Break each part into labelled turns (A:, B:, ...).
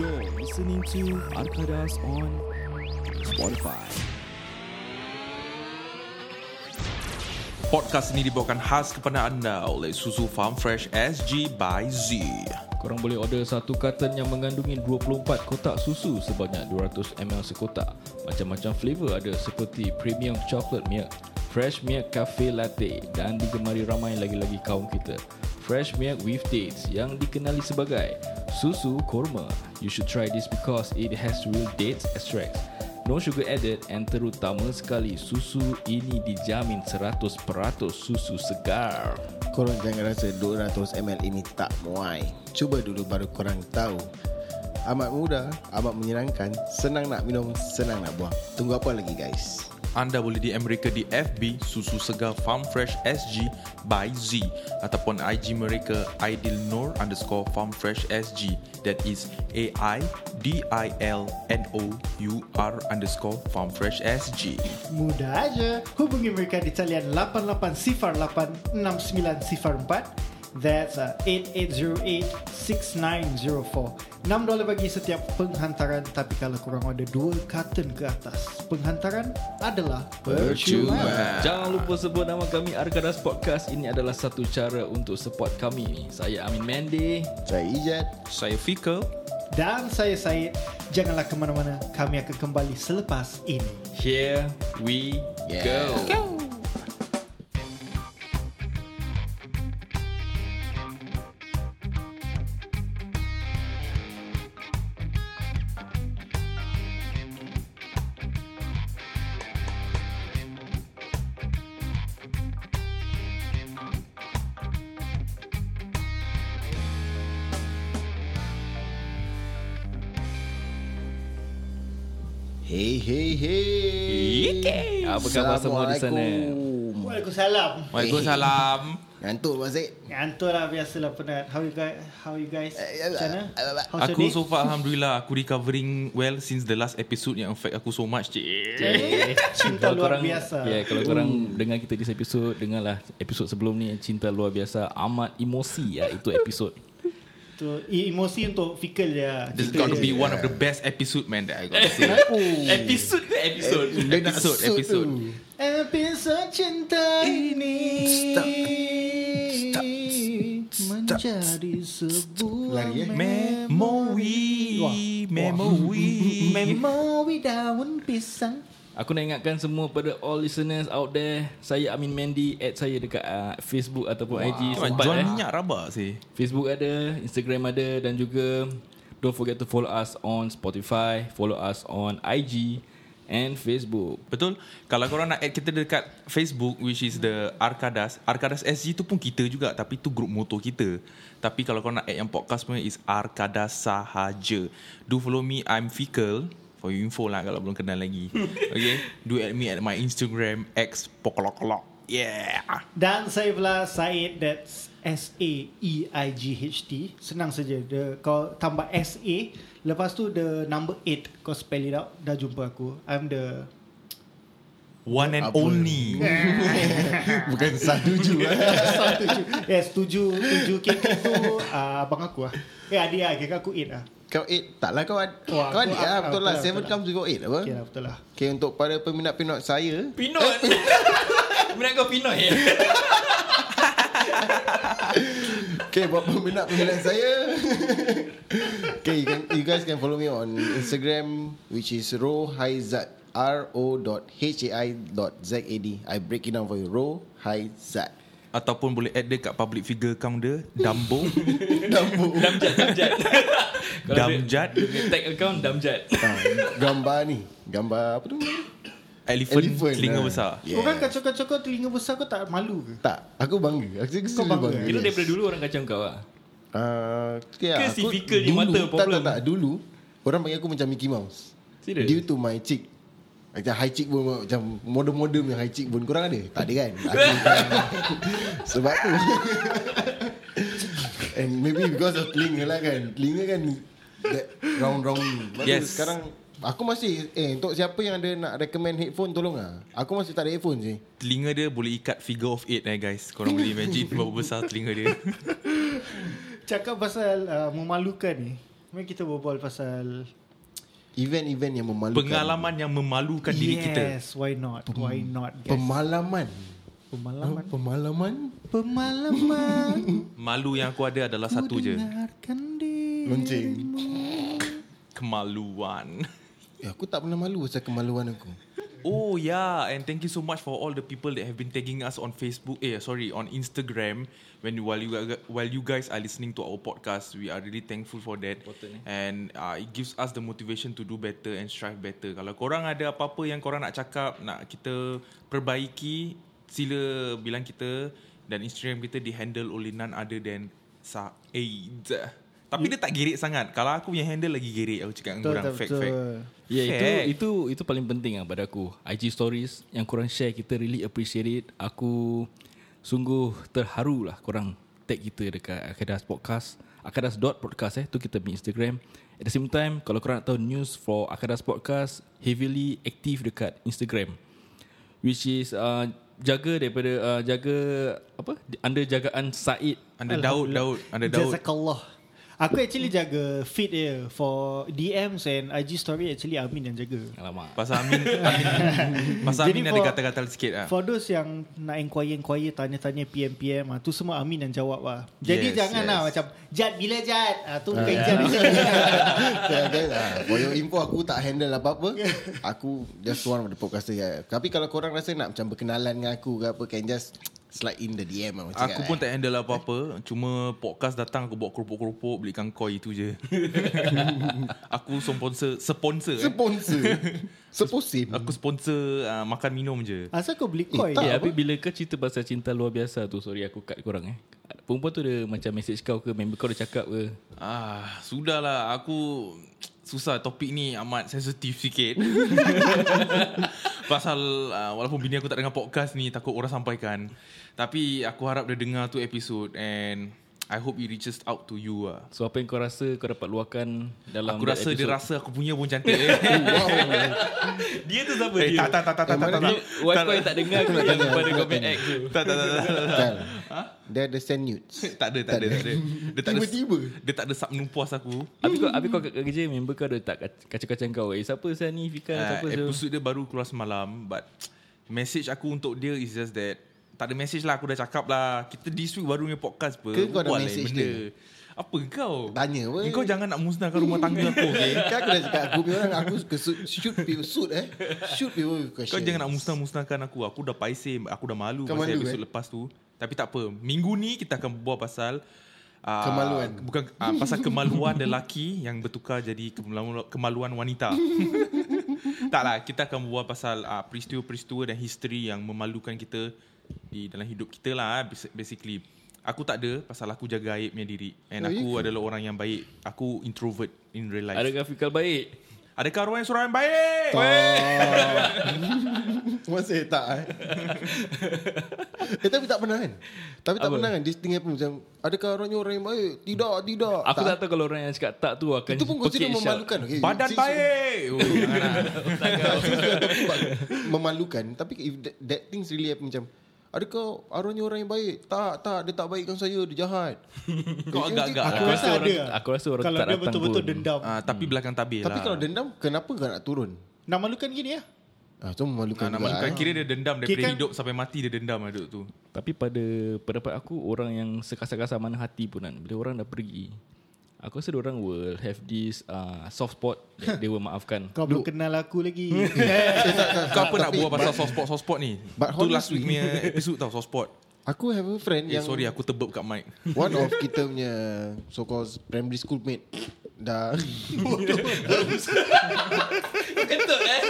A: You're listening to Arkadas on Spotify.
B: Podcast ini dibawakan khas kepada anda oleh Susu Farm Fresh SG by Z.
C: Korang boleh order satu carton yang mengandungi 24 kotak susu sebanyak 200ml sekotak. Macam-macam flavor ada seperti premium chocolate milk, fresh milk cafe latte dan digemari ramai lagi-lagi kaum kita. Fresh milk with dates yang dikenali sebagai susu korma. You should try this because it has real dates extracts. No sugar added and terutama sekali susu ini dijamin 100% susu segar.
D: Korang jangan rasa 200ml ini tak muai Cuba dulu baru korang tahu Amat mudah, amat menyenangkan Senang nak minum, senang nak buang Tunggu apa lagi guys?
B: Anda boleh DM mereka di FB Susu Segar Farm Fresh SG by Z ataupun IG mereka Aidil Nur underscore Farm Fresh SG that is A I D I L N O U R underscore Farm Fresh SG.
E: Mudah aja. Hubungi mereka di talian 88 sifar 8 69 sifar 4. That's uh, 8808-6904. 6 dolar bagi setiap penghantaran tapi kalau kurang order 2 carton ke atas. Penghantaran adalah
B: Ah.
E: percuma.
C: Jangan lupa sebut nama kami Arkadas Podcast. Ini adalah satu cara untuk support kami. Saya Amin Mendy.
D: Saya Ijat
B: Saya Fika.
E: Dan saya Syed. Janganlah ke mana-mana. Kami akan kembali selepas ini.
C: Here we
D: Yeah.
C: go.
D: Hey hey hey
C: Apa khabar semua di sana?
D: Assalamualaikum.
E: Waalaikumsalam.
B: Waalaikumsalam.
D: Ngantuk Pak Zek
E: Ngantuklah biasalah penat. How you guys? How you guys?
D: Eh, eh,
E: Macam mana?
D: eh, eh,
E: How's your
B: Aku
E: day?
B: so far Alhamdulillah Aku recovering well Since the last episode Yang affect aku so much Cik
E: Eh, Cinta
C: Kalau
E: luar
C: korang-
E: biasa.
C: Ya, yeah, kalau korang
B: Hmm.
C: dengar kita di episod, dengarlah episod sebelum ni Cinta Luar Biasa amat emosi ya itu episod.
E: Tu e- emosi untuk fikir dia.
B: This got
E: Fikir
B: to
E: dia.
B: be one of the best episode man That I got to say
C: episod ke episod?
D: Dia nak
B: Episode,
D: suit
B: episode.
D: tu.
E: Episod cinta ini menjadi sebuah
D: Lari, eh?
E: Wah.
B: Memory Memory
E: Memori daun pisang.
C: Aku nak ingatkan semua pada all listeners out there, saya Amin Mendy, add saya dekat uh, Facebook ataupun IG
B: Memang
C: sempat
B: Jual
C: eh.
B: minyak rabak sih
C: Facebook ada, Instagram ada dan juga don't forget to follow us on Spotify, follow us on IG and Facebook.
B: Betul Kalau korang nak add kita dekat Facebook Which is the Arkadas Arkadas SG tu pun kita juga Tapi tu grup motor kita Tapi kalau korang nak add yang podcast punya Is Arkadas sahaja Do follow me I'm Fikal For your info lah Kalau belum kenal lagi Okay Do add me at my Instagram X Pokolokolok Yeah
E: Dan saya pula Said That's E S-A-E-I-G-H-T Senang saja the, Kau tambah S-A Lepas tu the number 8 Kau spell it out Dah jumpa aku I'm the
B: One and
D: Apa?
B: only
D: Bukan satu juga
E: Satu ju- Yes tujuh Tujuh kakak tu uh, Abang aku lah Eh adik lah Kakak aku 8 lah
D: Kau eight Tak lah kau ad-
E: Wah,
D: Kau adik
E: aku-
D: lah
E: aku-
D: Betul
E: aku
D: lah
E: lah,
D: Seven
E: betul
D: comes to go eight apa
E: Okay lah betul lah
D: Okay untuk para peminat-peminat saya
C: Pinot. Minat kau Pinot ya?
D: Okay buat peminat-peminat saya Okay you, can, you guys can follow me on Instagram Which is rohaizad R-O dot H-A-I dot Z-A-D I break it down for you Rohaizad
B: Ataupun boleh add dia kat public figure account dia Dumbo
D: Dambu
C: Damjat, damjat. Kalau dia-
B: Damjat.
C: dia punya Tag account damjat.
D: Ah, Gambar ni Gambar apa tu
B: Elephant, eh.
D: Elephant,
B: Telinga
D: ah.
B: besar
D: Yeah.
E: Orang kacau-kacau kau telinga besar kau tak malu ke?
D: Tak Aku bangga Aku kau
E: Kau bangga?
D: bangga
C: Kira daripada dulu orang kacau kau lah.
D: Ah, okay,
C: Ke
D: aku
C: si Fika ni
D: dulu-
C: mata
D: tak,
C: problem?
D: tak, tak, Dulu Orang panggil aku macam Mickey Mouse
C: Serious?
D: Due to my cheek Macam high cheek pun Macam model-model punya high cheek pun Korang ada? Tak ada kan? Aku, sebab tu And maybe because of telinga lah kan Telinga kan that Round-round ni. Lepas tu
B: Yes.
D: Sekarang Aku masih Eh untuk siapa yang ada Nak recommend headphone Tolong lah Aku masih tak ada headphone sih
B: Telinga dia boleh ikat figure of eight eh guys Korang boleh imagine berapa besar telinga dia
E: Cakap pasal uh, ah, memalukan ni Kemarin kita berbual pasal
D: Event-event yang memalukan.
B: Pengalaman yang memalukan
E: yes,
B: diri kita.
E: why not? Why not, guys?
D: Pemalaman.
E: Pemalaman.
D: Pemalaman?
E: Pemalaman.
B: Malu yang aku ada adalah satu je.
E: Dengarkan diri.
D: Lonceng.
B: Kemaluan.
D: Eh, aku tak pernah malu pasal kemaluan aku.
B: Oh yeah, and thank you so much for all the people that have been tagging us on Facebook. Eh, sorry, on Instagram. When while you gu- while you guys are listening to our podcast, we are really thankful for that.
E: eh?
B: And uh, it gives us the motivation to do better and strive better. Kalau korang ada apa-apa yang korang nak cakap, nak kita perbaiki, sila bilang kita dan Instagram kita dihandle oleh none other than Said. Tapi dia tak gerik sangat. Kalau aku punya handle lagi gerik aku cakap dengan
E: Betul,
B: korang
E: betul,
B: fact fact.
E: betul.
C: Ya yeah, itu
B: Fact.
C: itu itu paling penting lah pada aku. IG stories yang korang share kita really appreciate it. Aku sungguh terharu lah korang tag kita dekat Akadas Podcast. Akadas.podcast eh tu kita punya Instagram. At the same time kalau korang nak tahu news for Akadas Podcast heavily active dekat Instagram. Which is uh, jaga daripada uh, jaga apa under jagaan Said
B: Under Daud, Daud, under Daud.
E: Jazakallah. Aku actually jaga feed dia for DMs and IG story actually Amin yang jaga.
C: Alamak.
B: Pasal Amin, Amin Pasal
E: Jadi
B: Amin ada
E: for-
B: kata-kata sikit
C: Ya.
B: lah.
E: For those yang nak inquire-inquire, tanya-tanya PM-PM, ah, tu semua Amin yang jawab lah. Jadi
B: Yes,
E: jangan
B: yes.
E: lah macam, Jad bila Jad? Ah, tu bukan Jad.
D: Dan, dan, ah, for your info aku tak handle apa-apa Aku just one of the podcaster yeah. Tapi kalau korang rasa nak macam berkenalan dengan aku ke apa Can just slide in the DM lah,
B: Aku pun tak handle apa-apa Cuma podcast datang Aku bawa keropok-keropok Belikan koi itu je Aku sponsor Sponsor eh.
D: Sponsor Seposim
B: Aku sponsor uh, Makan minum je
E: Asal kau beli koi?
C: Eh, tapi bila kau cerita pasal cinta luar biasa tu Sorry aku cut korang eh Perempuan tu dia macam message kau ke Member kau dia cakap ke
B: Ah, Sudahlah Aku Susah topik ni Amat sensitif sikit Pasal uh, Walaupun bini aku tak dengar podcast ni Takut orang sampaikan Tapi aku harap dia dengar tu episode And I hope it reaches out to you lah
C: So apa yang kau rasa kau dapat luahkan Dalam
B: Aku
C: that
B: rasa dia
C: episode?
B: rasa aku punya pun cantik. eh. dia tu siapa eh, dia? Tak tak tak tak tak tak. tak.
C: Wife kau Oh, yang tak dengar Kau nak tanya pada kau punya ex tu
B: Tak tak tak tak, tak.
D: Kan? Dia ada send nudes
B: Tak ada tak ada tak ada. Dia tak ada
D: Tiba-tiba.
B: Dia tak ada sabnu puas aku.
C: Habis kau, habis kau kat kerja Member kau ada tak Kacau-kacau kau Eh siapa saya ni Fika
B: Uh,
C: siapa saya
B: episode dia baru keluar semalam but message aku untuk dia is just that tak ada message lah aku dah cakap lah kita this week baru punya podcast apa.
D: Ke kau ada
B: Buat lain
D: message
B: benda.
D: dia?
B: Apa kau?
D: Tanya apa?
B: Kau jangan nak musnahkan rumah tangga aku okay?
D: Kan aku dah cakap Aku punya orang Aku suka shoot, shoot people Shoot eh Shoot people with
B: Kau
D: questions
B: jangan nak musnah-musnahkan aku. Aku dah paisim. Aku dah malu
D: Kau
B: pasal
D: malu,
B: episod
D: eh?
B: lepas tu. Tapi tak apa. Minggu ni kita akan berbual pasal Uh,
D: Kemaluan.
B: Bukan uh, pasal kemaluan lelaki yang bertukar jadi kemaluan, kemaluan wanita. Taklah, kita akan berbual pasal uh, peristiwa-peristiwa dan history yang memalukan kita di dalam hidup kita lah basi- basically. Aku tak ada pasal aku jaga aibnya diri and
D: Oh,
B: aku adalah orang yang baik. Aku introvert in real life.
C: Adakah Fikal baik
B: Adakah orang yang seorang yang baik? Oh.
D: Masih tak eh? eh tapi tak pernah kan Tapi tak
C: Apa?
D: pernah kan Dia tinggal pun macam Adakah orangnya orang yang baik Tidak tidak
C: Aku tak, tahu kalau orang yang cakap tak tu akan
D: Oh, Itu pun consider
C: pekik syak.
D: memalukan okay?
B: Badan
D: Since-
B: baik. Oh, jangan lah.
D: since we are talking about Memalukan Tapi if that, that things really happen macam Adakah orangnya orang yang baik Tak tak Dia tak baikkan saya Dia jahat
B: Kau
D: Eh,
B: agak-agak
E: Aku
B: lah.
E: rasa
C: orang-
E: ada.
C: aku rasa orang
E: Kalau
C: tak
E: dia
C: datang
E: betul-betul
C: pun.
E: dendam.
B: Ah, tapi belakang tabir
D: Hmm. Tapi
B: lah.
D: kalau dendam Kenapa kau nak turun
E: Nak malukan gini lah.
D: Ah, tu
B: Ah,
D: memalukan
B: nak
D: juga,
B: masukkan
D: eh.
B: kira dia dendam daripada
E: Kira kan-
B: hidup sampai mati dia dendam lah duduk tu.
C: Tapi pada pendapat aku Orang yang sekasar-kasar mana hati pun kan Bila orang dah pergi Aku rasa orang will have this uh, soft spot that they will maafkan.
E: Kau belum kenal aku lagi.
B: Kau apa nak buat pasal soft spot soft spot ni?
D: but
B: Tu last
D: honestly-
B: week punya episode tau soft spot.
D: Aku have a friend
B: Eh
D: yang
B: sorry aku terbeb kat mic.
D: One of kita punya So called primary school mate Dah
C: Betul eh?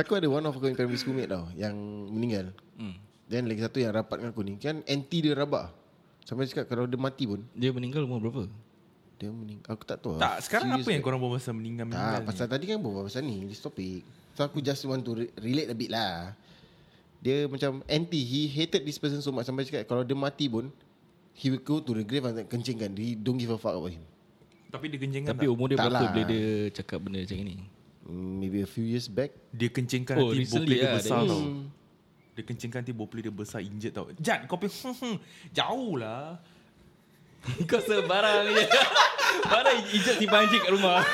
D: Aku ada one of aku punya primary school mate tau Yang meninggal hmm. Then lagi satu yang rapat dengan aku ni Kan anti dia rabak Sampai cakap kalau dia mati pun
C: Dia meninggal umur berapa?
D: Dia meninggal Aku tak tahu lah.
B: Tak, sekarang apa
D: Serious
B: yang
D: ke?
B: korang buat pasal meninggal
D: Tak
B: meninggal? ni?
D: pasal tadi kan berbual pasal ni This topic So aku just want to re- relate a bit lah Dia macam anti He hated this person so much Sampai cakap kalau dia mati pun He will go to the grave And kencingkan He don't give a fuck about him
B: Tapi dia kencingkan
C: Tapi
B: tak?
C: umur dia
D: Tak
C: berapa
D: lah.
C: bila dia cakap benda macam ni?
D: Mm, Maybe a few years back
B: Dia kencingkan
C: Oh,
B: hati
C: recently
B: bopli dia
C: lah,
B: besar
C: dia-
B: tau. Dia kencingkan hati bopli dia besar injet tau. Jat kau pergi hmm, jauh lah.
C: Kau sebarang je Barang ijat simpan anjing kat rumah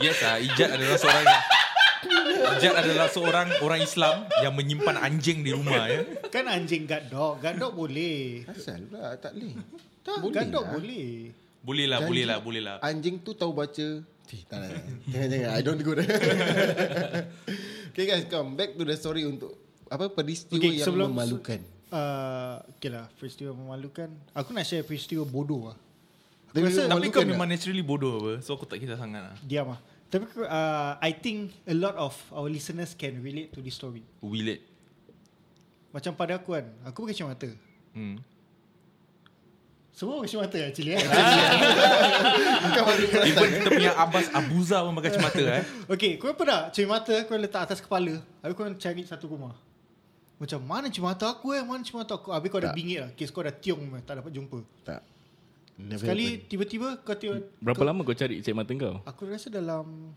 B: Yes ah, Ijat adalah seorang yang Ijat adalah seorang orang Islam yang menyimpan anjing di rumah ya.
E: Kan anjing gadok Gadok boleh
D: Asal pula tak boleh.
E: Tak,
D: Boleh
E: Gadok
D: lah.
E: boleh
B: Boleh lah, boleh lah, boleh lah.
D: Anjing tu tahu baca. Eh, tak nak. Jangan jangan. I don't go there. okay guys, come back to the story untuk apa peristiwa
E: Okay,
D: okay, yang
E: sebelum-
D: memalukan.
E: uh, Okay lah Peristiwa memalukan Aku nak share peristiwa bodoh lah
D: Tapi,
B: Tapi kau
D: tak?
B: memang naturally bodoh apa So aku tak kisah sangat lah
E: Diam lah Tapi aku- uh, I think A lot of our listeners Can relate to this story
B: Willet
E: Macam pada aku kan Aku berkacau mata
B: hmm.
E: Semua berkacau mata actually eh?
B: Even kita punya Abbas Abuza pun pakai kacamata eh
E: Okay Kau pernah Cumi mata Kau letak atas kepala Habis kau cari satu rumah Macam mana cumi mata aku eh Mana cumi mata aku Habis kau dah
D: Tak.
E: bingit lah Kes kau dah tiung eh, Tak dapat jumpa
D: Tak. Never
E: Sekali tiba-tiba Kau tiba
C: Berapa lama kau cari cek mata kau?
E: Aku rasa dalam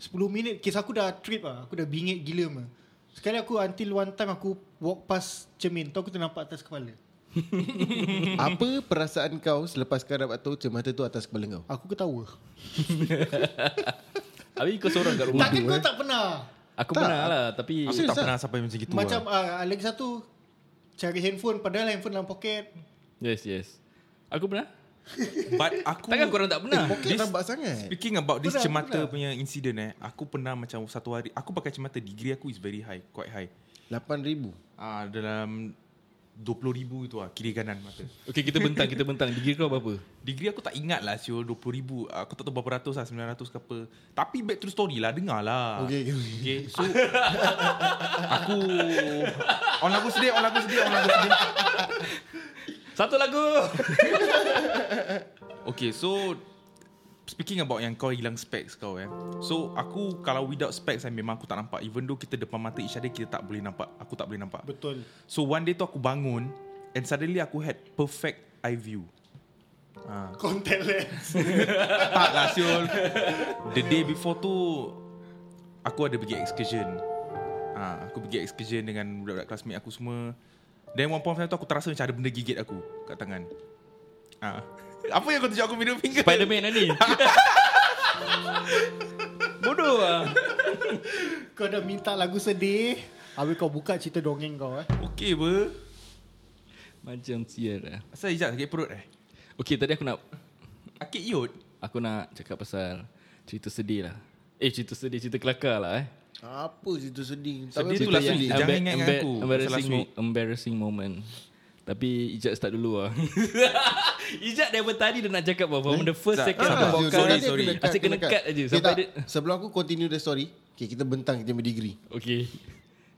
E: 10 minit Kes aku dah trip lah Aku dah bingit gila mah. Sekali aku until one time Aku walk past cermin Tu aku ternampak atas kepala
D: happen. Apa perasaan kau selepas kau dapat tahu cermata tu atas kepala kau?
E: Aku ketawa
C: Habis kau seorang kat rumah
E: Takkan kau tak pernah
C: Aku
D: Tak.
C: pernah lah Tapi
B: Aku tak pernah sampai macam gitu
E: Macam
B: lah.
E: ah, lagi satu Cari handphone Padahal handphone dalam poket
C: Yes yes Aku pernah
B: But aku
C: Takkan korang tak pernah
D: Poket rabak sangat.
B: Speaking about this
E: Pernah,
B: cemata
E: pernah.
B: punya incident eh Aku pernah macam satu hari Aku pakai cemata Degree aku is very high Quite high
D: 8,000.
B: Ah Dalam 20 ribu tu lah Kiri kanan mata
C: Okay kita bentang Kita bentang Degree kau berapa?
B: Degree aku tak ingat lah Siul 20 ribu Aku tak tahu berapa ratus lah 900 ke apa Tapi back to the story lah Dengar lah
D: Okay, okay, okay.
B: okay So Aku On lagu sedih On lagu sedih On lagu sedih
C: Satu lagu
B: Okay so Speaking about yang kau hilang specs kau eh So aku kalau without specs eh, Memang aku tak nampak Even though kita depan mata each other Kita tak boleh nampak Aku tak boleh nampak
E: Betul
B: So one day tu aku bangun And suddenly aku had perfect eye view ha.
E: Contact lens
B: Tak lah siul The day before tu Aku ada pergi excursion ha, Aku pergi excursion dengan budak-budak classmate aku semua Then one point of time tu aku terasa macam ada benda gigit aku Kat tangan ha. Apa yang kau tunjuk aku middle finger?
C: Spiderman lah ni Bodoh lah
E: Kau dah minta lagu sedih Habis kau buka cerita dongeng kau eh
B: Okay ber
C: Macam sial lah
B: Asal hijab sakit perut eh
C: Okay tadi aku nak
B: Akit yut
C: Aku nak cakap pasal Cerita sedih lah Eh cerita sedih Cerita kelakar lah eh
D: Apa situ
B: Sedih
D: sedih? Tapi
B: tu
D: cerita
C: lah,
B: last
D: yang-
B: week. Jangan
C: Embar-
B: ingatkan
C: embar-
B: aku pasal
C: Embarrassing,
B: last
C: mo- embarrassing moment Tapi Ijat start dulu lah Ijat daripada tadi Dia nak cakap apa From the first
B: Tak,
C: second
B: tak,
C: Sampai
B: tak.
C: podcast
B: Sorry,
D: Nanti
B: sorry.
D: Ah, kena cut,
C: lah, Asyik kena cut aja
D: Okay,
C: Sampai
D: tak.
C: dia
D: Sebelum aku continue the story, okay, kita bentang kita punya degree.
C: Okay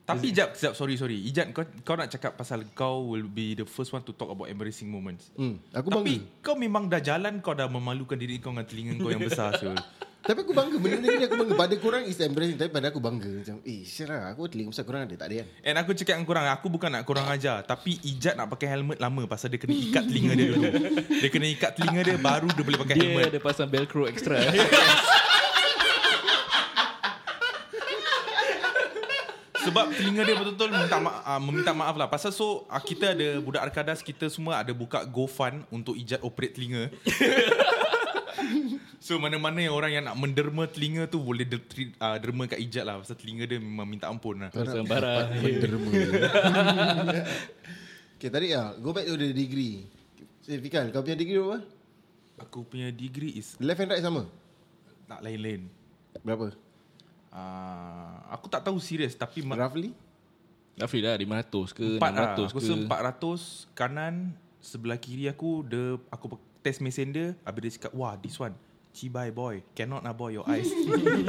B: Tapi Ijab, Ijab sorry sorry Ijab kau, kau nak cakap pasal kau will be the first one to talk about embarrassing moments
D: Hmm, aku bangga.
B: Tapi kau memang dah jalan kau dah memalukan diri kau dengan telinga kau yang besar Syul
D: Tapi aku bangga Benda ni aku bangga Pada korang is embarrassing Tapi pada aku bangga Macam eh syarah Aku telinga besar korang ada Tak ada kan
B: And aku cakap dengan korang Aku bukan nak korang ajar Tapi Ijat nak pakai helmet lama Pasal dia kena ikat telinga dia dulu Dia kena ikat telinga dia Baru dia boleh pakai
C: Dia
B: helmet
C: ada pasang velcro extra eh.
B: Sebab telinga dia betul-betul minta ma- uh, meminta maaf lah. Pasal so uh, kita ada budak Arkadas kita semua ada buka GoFund untuk ijat operate telinga. so mana-mana yang orang yang nak menderma telinga tu boleh der- tri- uh, derma kat ijat lah. Pasal telinga dia memang minta ampun lah.
C: Pasang barang
D: Menderma Okay tadi lah Go back to the degree Eh Fikal kau punya degree berapa?
B: Aku punya degree is
D: Left and right sama?
B: tak lain-lain.
D: Berapa?
B: Uh, aku tak tahu serius tapi ma-
D: Roughly?
C: Afri lah 500 ke
B: 4
C: 600
B: lah.
C: ke
B: Aku rasa 400 kanan sebelah kiri aku dia aku pe- test mesin dia habis dia cakap wah this one cibai boy cannot lah boy your eyes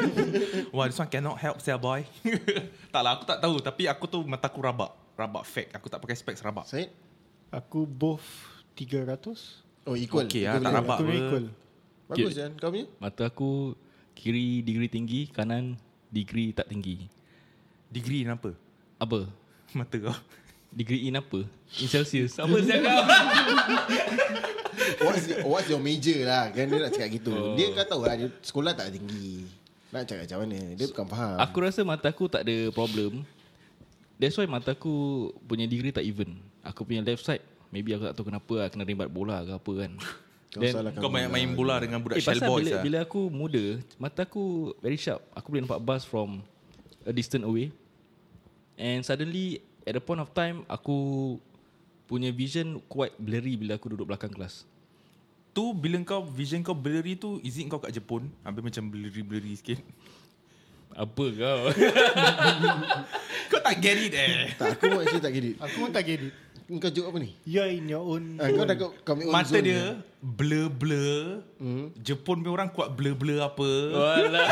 B: wah this one cannot help saya boy tak lah aku tak tahu tapi aku tu mata aku rabak rabak fake aku tak pakai specs rabak
D: Syed?
E: Aku both 300
D: Oh equal
B: Okey lah, tak
D: Equal punya.
B: rabak.
E: Aku
B: apa?
E: equal
D: Bagus kan kau punya?
C: Mata aku Kiri degree tinggi Kanan degree tak tinggi
B: degree in apa
C: Apa?
B: mata kau
C: Degree in apa? In Celsius Apa siapa kau?
D: What's, what's your major lah Kan dia nak cakap gitu
B: Oh.
D: Dia kau tahu lah dia Sekolah tak tinggi Nak cakap macam mana Dia bukan faham
C: Aku rasa mata aku tak ada problem That's why mata aku punya degree tak even. Aku punya left side maybe aku tak tahu kenapa lah, kena rimbat bola ke apa kan. Then,
B: Kau banyak main bola dengan budak
C: eh,
B: eh, Shell
C: pasal
B: Boys
C: bila,
B: lah.
C: bila aku muda, mata aku very sharp. Aku boleh nampak bus from a distance away. And suddenly at the point of time aku punya vision quite blurry bila aku duduk belakang kelas.
B: Tu bila kau vision kau blurry tu Is it kau kat Jepun Habis macam blurry-blurry sikit
C: Apa kau?
B: Kau tak get it eh
D: Tak, aku pun actually tak get it.
E: Aku pun tak get it.
D: Kau joke apa ni?
E: You're Ya, in your own.
D: Ah, kau dah kau kau ambil own
B: Mata
D: zone
B: dia Blur-blur mm. Jepun punya orang kuat blur-blur apa
C: Walah.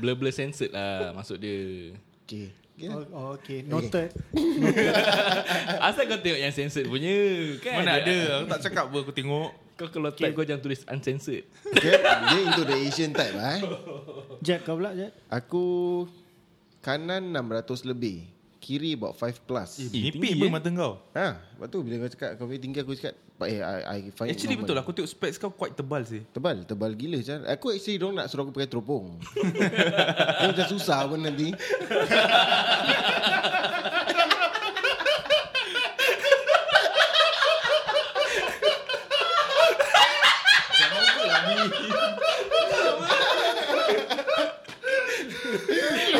C: Blur-blur censored lah maksud dia.
D: Okay. okay.
E: Oh, oh, okay. Noted.
C: Asal kau tengok yang censored punya? Kan
B: Mana ada Aku tak cakap apa Aku tengok
C: Kau kalau type kau jangan tulis uncensored.
D: okay. Dia into the Asian type lah eh.
E: Jack kau pula Jack.
D: Aku kanan 600 lebih. Kiri about 5 plus.
C: Eh,
B: Mimpi
C: tinggi,
B: apa
C: eh.
B: mata kau
D: Ha, lepas tu bila kau cakap kau punya tinggi aku cakap, but eh, I, I find it
B: Actually betul
D: normal."
B: lah Aku tengok specs kau quite tebal sih
D: Tebal, tebal gila macam. Aku actually dong nak suruh aku pakai teropong. Dia macam susah pun nanti.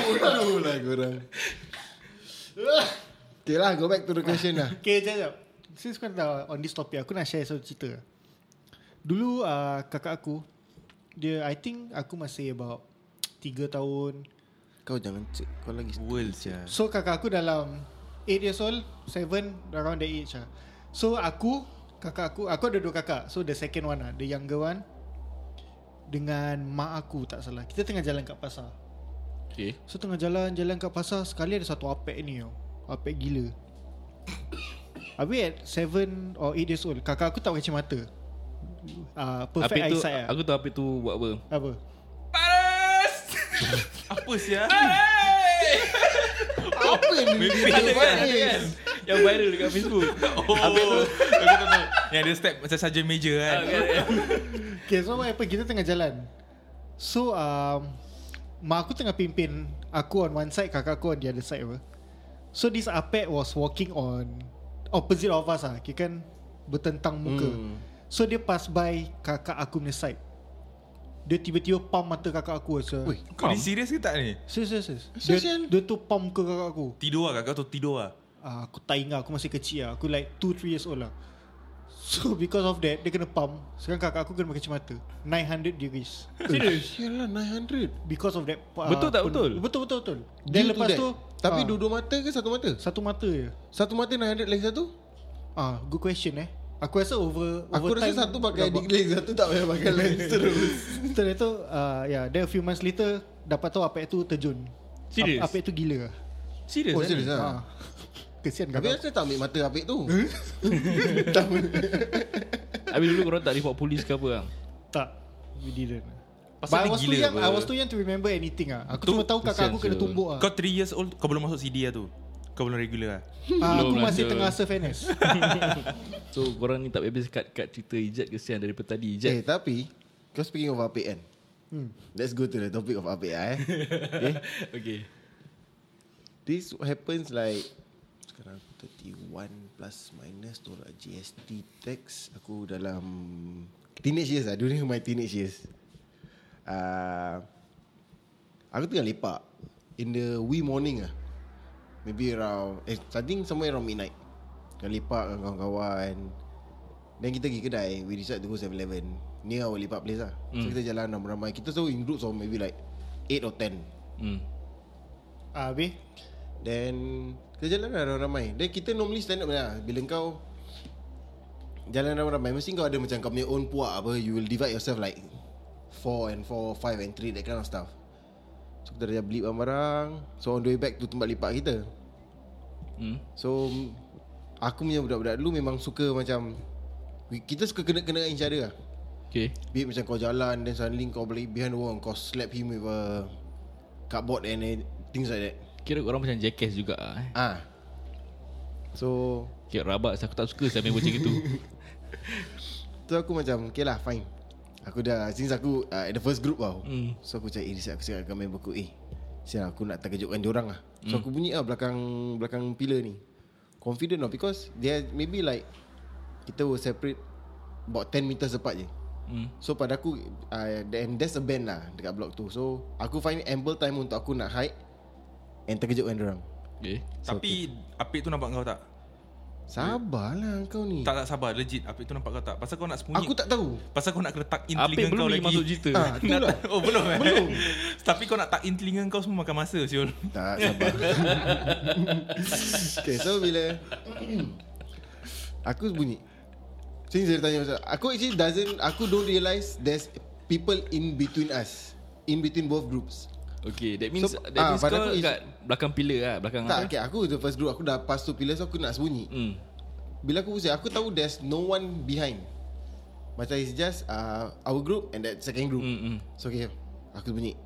D: Bodoh lah korang. Okay lah, go back to the question lah.
E: Okay, jap, jap. Since kau dah on this topic, aku nak share satu cerita. Dulu uh, kakak aku, dia I think aku masih about 3 tahun.
D: Kau jangan cek, kau lagi
B: World sia
E: So kakak aku dalam 8 years old, 7, around the age lah. So aku, kakak aku, aku ada dua kakak. So the second one lah, the younger one. Dengan mak aku tak salah. Kita tengah jalan kat pasar.
C: Okay.
E: So tengah jalan-jalan kat pasar Sekali ada satu apek ni tau Apek gila Habis at 7 or 8 years old Kakak aku tak pakai kacamata uh, Perfect
C: Apik tu,
E: eyesight lah
C: aku tahu Apik tu buat apa.
E: Apa?
B: Paras Apa sia
D: Apa ni?
B: Mimpi ada
D: Dia
B: kan,
D: buat ni?
C: Yes. Yang viral dekat Facebook.
B: Oh Aku tak tahu. Yang ada step Macam sarjan major kan
E: Okay so apa Kita tengah jalan So um, Mak aku tengah pimpin Aku on one side Kakak aku on the other side apa So this apek was walking on Opposite of us lah Kira kan Bertentang muka So dia pass by Kakak aku punya side Dia tiba-tiba pump mata kakak aku so,
D: Ui.
B: Kau ni serius ke tak ni
E: Serius, serius, serius.
D: Serius, kan?
E: Dia, dia tu pump ke kakak aku.
B: Tidur lah kakak tu tidur lah
E: Ah, aku tak ingat, aku masih kecil lah. Aku like 2-3 years old lah. So because of that, dia kena pump. Sekarang kakak aku kena pakai kacamata. 900 degrees.
D: Serius? Yalah 900
E: Because of that. ah,
C: Betul tak
E: pun-
C: betul?
E: Betul, betul, betul.
D: Due
E: Then
D: to
E: lepas
D: that.
E: tu...
D: Tapi
E: ah,
D: dua-dua mata ke satu mata?
E: Satu mata je.
D: Satu mata 900 lagi satu?
E: Ah, good question eh. Aku rasa over, over
D: Aku rasa
E: time
D: satu pakai
E: dah
D: dick lens Satu tak payah pakai lens terus
E: Setelah itu uh, yeah, Then a few months later Dapat tahu apa itu terjun
C: Serious?
E: Apa itu gila lah
C: Serius.
D: Oh
C: eh?
D: serius
E: ha.
D: lah
E: Kesian
D: Tapi
E: kakak
D: asal tak ambil mata apik tu Tak ambil
C: Habis dulu korang tak report polis ke apa bang?
E: Tak We didn't
B: Pasal
E: But I
B: dia
E: was
B: gila
E: too young
B: apa?
E: I was too young to remember anything ah. Aku
B: Tu-
E: cuma tahu kakak
C: kesian
E: aku kena
C: tu.
E: tumbuk ah.
B: Kau 3 years old Kau belum masuk CD lah tu Kau belum regular lah
E: Ah,
C: Belum
E: Aku
C: lah
E: masih
C: tu.
E: tengah serve NS
C: So korang ni tak habis kat kat cerita Ijat kesian daripada tadi Ijat.
D: Eh tapi Kau speaking of apik kan
E: Hmm.
D: Let's go to the topic of apik lah eh Okay
C: okay.
D: This happens like Sekarang aku 31 plus minus lah, Tolak GST tax Aku dalam Teenage years lah During my teenage years uh, Aku tengah lepak In the wee morning lah Maybe around eh, I think somewhere around midnight Tengah lepak dengan kawan-kawan Then kita pergi kedai We decide to go 7-Eleven Near our lepak place lah So kita jalan ramai-ramai Kita so in groups of maybe like 8 or 10
C: Hmm.
E: ah, Habis
D: Then Kita jalan lah ramai-ramai Then kita normally stand up lah Bila kau Jalan ramai-ramai Mesti kau ada macam Kau punya own puak apa You will divide yourself like four and four five and three That kind of stuff So kita dah beli barang-barang So on the way back to tempat lipat kita
C: Hmm.
D: So Aku punya budak-budak dulu Memang suka macam we- Kita suka kena-kena each other lah
C: Okay.
D: Be it macam kau jalan Then suddenly kau beli behind the wall Kau slap him with a Cardboard and eh, things like that
C: Kira korang macam jackass juga ah. eh.
D: Ah, So
C: Kira rabak aku tak suka saya main macam gitu.
D: Tu aku macam Okay lah fine Aku dah Since aku uh, At the first group tau
C: Hmm.
D: So aku cakap eh, Rizal, Aku cakap dengan member aku Eh Sial aku nak terkejutkan diorang lah
B: Hmm.
D: So aku bunyi lah belakang Belakang pillar ni Confident lah Because they are maybe like Kita will separate About 10 meters apart je
B: Hmm.
D: So pada aku uh, And there's a bend lah Dekat blok tu So aku find ample time Untuk aku nak hide And terkejutkan diorang
C: Okay.
B: Tapi Apik tu nampak kau tak?
D: Sabarlah kau ni
B: Tak tak sabar Legit Apik tu nampak kau tak? Pasal kau nak sembunyi
D: Hmm. Aku tak tahu
B: Pasal kau nak kena tuck in
C: Apik
B: telinga
C: belum
B: kau
C: lagi
B: lagi
C: masuk cerita.
D: Ah,
B: Nak-
D: tu lah.
B: Oh belum eh Belum Tapi kau nak tuck in telinga kau Semua makan masa Syul
D: Tak sabar Okay so bila Aku bunyi Sini saya tanya pasal Aku actually doesn't Aku don't realise There's people in between us In between both groups
C: Okay, that means
D: So,
C: that
D: ah,
C: means
D: pada
C: kau
D: aku is-
C: kat belakang pillar lah, belakang apa?
D: Tak okay Aku the first group Aku dah pass tu pillar So aku nak sembunyi
C: Hmm.
D: Bila aku usir Aku tahu there's no one behind Macam it's just uh, Our group And that second group
C: Hmm, hmm.
D: So okay Aku bunyi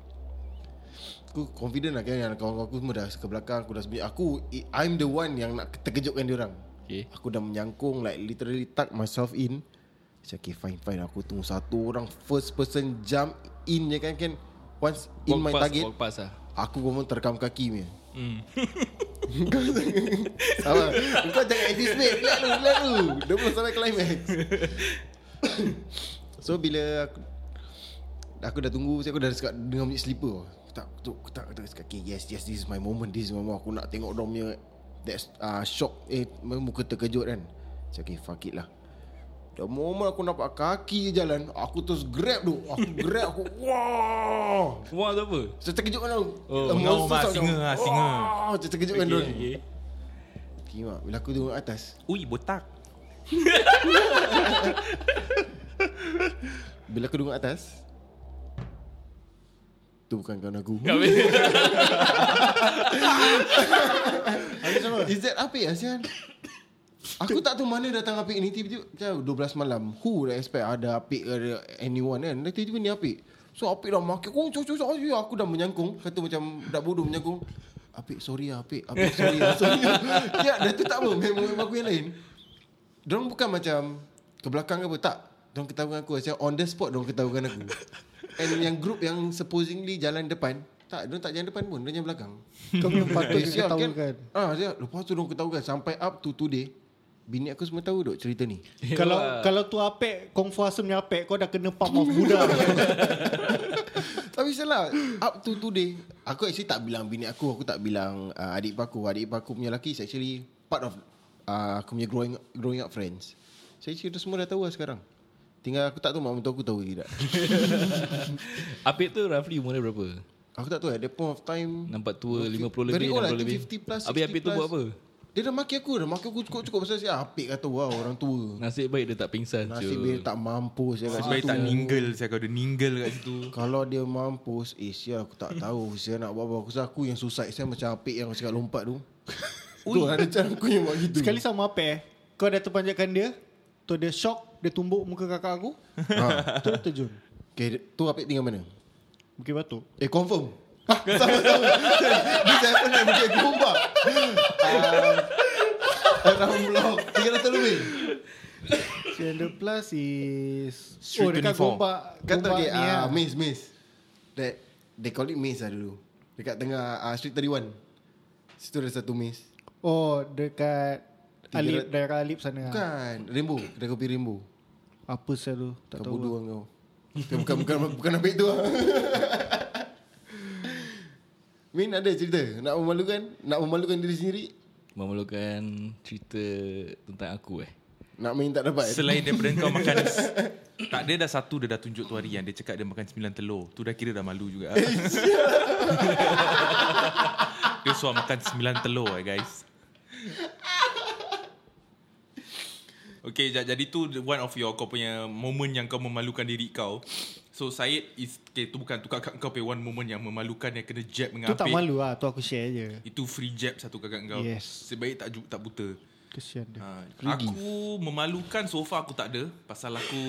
D: Aku confident lah kan Yang kawan-kawan aku semua dah ke belakang Aku dah sembunyi Aku I'm the one yang nak terkejutkan diorang
C: Okay.
D: Aku dah menyangkung Like literally tuck myself in Macam okay fine fine Aku tunggu satu orang First person jump in je kan kan Once in
C: Walk
D: my
C: pass,
D: target
C: Walk Hmm. pass lah.
D: Aku confirm terkam kaki punya Kau Sama Kau jangan anticipate Relax lu Relax lu Dia belum sampai climax So bila aku Aku dah tunggu Saya aku dah dekat Dengar bunyi sleeper Aku tak Aku tak Aku tak, aku tak cakap, Okay yes yes This is my moment This is my moment Aku nak tengok dia punya That uh, shock Eh muka terkejut kan Saya okay fuck it lah The moment aku nampak kaki je jalan Aku terus grab tu Aku grab aku Wah
C: Wah, tu apa?
D: saya terkejut kan tau
C: Oh,
B: ngau lah, singa lah, singa.
D: Oh, saya terkejut kan okay,
C: okay.
D: Kima, bila aku tengok atas
B: Ui botak
D: Bila aku tengok atas Tu bukan kawan aku Is that Apik Asian? Aku tak tahu mana datang Apik ni Tiba-tiba macam 12 malam Who dah expect ada Apik ke Ada anyone kan Dan tiba-tiba ni Apik So Apik dah makin Oh cocok cocok Aku dah menyangkung Kata macam Dak bodoh menyangkung Apik sorry lah Apik Apik sorry lah Sorry lah Ya dah tu tak apa Memang aku yang lain Diorang bukan macam Ke belakang ke apa Tak Diorang ketahukan aku Macam on the spot Diorang ketahukan aku And yang group yang Supposingly jalan depan Tak Diorang tak jalan depan pun Diorang jalan belakang
E: Kau memang patut
D: sial,
E: dia tahu kan
D: Ah, sial. Lepas tu diorang ketahukan Sampai up to today Bini aku semua tahu dok cerita ni
E: Kalau kalau tu apek Kung fu asam ni apek Kau dah kena pump of Buddha
D: Tapi salah Up to today Aku actually tak bilang bini aku Aku tak bilang uh, adik ipar aku Adik ipar aku punya lelaki Is actually part of uh, Aku punya growing, growing up friends So actually dia semua dah tahu lah sekarang Tinggal aku tak tahu Mak mentua aku tahu ke tidak
C: Apik tu roughly umur dia berapa?
D: Aku tak tahu eh, at that point of time
C: Nampak tua
D: Very
C: 50 lebih
D: old, I
C: 60
D: think
C: lebih
D: 50 plus,
C: Habis Apik
D: 60
C: tu buat apa
D: plus. Dia dah maki aku Dah maki aku cukup-cukup Pasal saya ah, apik kata Wah orang tua
C: Nasib baik dia tak pingsan
D: Nasib
C: Jul.
D: dia tak mampus dia kat
B: Sebab lah.
D: situ.
B: tak ninggal Saya kau dia ninggal kat situ
D: Kalau dia mampus Eh sial aku tak tahu Saya nak buat apa Aku rasa aku yang suicide Saya macam apik yang cakap lompat tu Tu ada cara aku yang buat gitu
E: Sekali sama apek eh. Kau dah terpanjatkan dia Tu dia shock Dia tumbuk muka kakak aku
D: ha.
E: Tu dia terjun
D: Okay tu apik tinggal mana
E: Bukit Batuk
D: Eh confirm Sama-sama This happened at Bukit Gombak
C: Ah.
D: uh, Around block 300 lebih
E: 300 plus is
B: Street
E: Oh dekat
B: 24.
E: Gombak
D: Kata
E: Gombak
D: okay
E: ni
D: uh,
E: ah.
D: Maze Maze That They call it maze lah dulu Dekat tengah uh, Street 31 Situ ada satu maze
E: Oh dekat
D: Tiga
E: Alip
D: rat-
E: Daerah Alip sana ah.
D: Bukan Rainbow Kedai kopi Rainbow
E: Apa saya tu Tak
D: Tak kau
E: tahu
D: bodoh kau. Bukan bukan bukan, bukan ambil tu. lah. Min ada cerita nak memalukan, nak memalukan diri sendiri,
C: Memerlukan cerita tentang aku eh
D: nak main tak dapat.
B: Selain daripada kau makan Tak dia dah satu Dia dah tunjuk tu hari yang Dia cakap dia makan sembilan telur Tu dah kira dah malu juga Dia suar makan sembilan telur eh guys Okay Jad, jadi tu One of your Kau punya moment Yang kau memalukan diri kau So Syed is okay, tu bukan tu kakak kau punya one moment Yang memalukan Yang kena jab dengan
E: Tu
B: Apek.
E: tak malu lah Tu aku share je
B: Itu free jab satu kakak kau
E: Yes.
B: Sebaik tak, ju- tak buta
E: Kesian dia
B: Ha, aku memalukan so far aku tak ada Pasal aku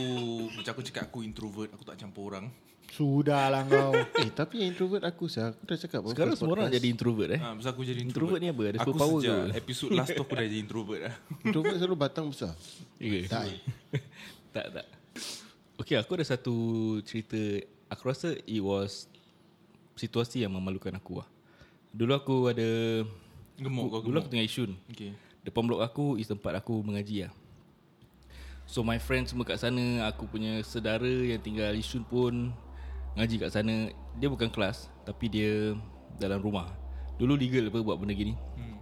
B: Macam aku cakap aku introvert Aku tak campur orang
E: Sudahlah lah kau
D: eh tapi yang introvert aku sah, aku dah cakap. apa,
C: Sekarang
D: Oh, first
C: semua orang
D: podcast.
C: jadi introvert eh
B: ha, Pasal aku jadi introvert,
C: Introvert ni apa? Ada
B: Aku
C: superpower
B: sejak
C: ke?
B: episod last tu aku dah jadi introvert lah. dah
D: introvert selalu batang besar.
C: okay.
D: Tak.
C: tak tak Okay aku ada satu cerita Aku rasa it was Situasi yang memalukan aku lah Dulu aku ada
B: Gemuk kau
C: Dulu
B: gemuk.
C: aku tengah Yishun
B: Okay.
C: Depan blok aku Is tempat aku mengaji lah So my friends semua kat sana Aku punya sedara Yang tinggal Yishun pun Ngaji kat sana Dia bukan kelas Tapi dia Dalam rumah Dulu legal apa Buat benda gini
B: Hmm.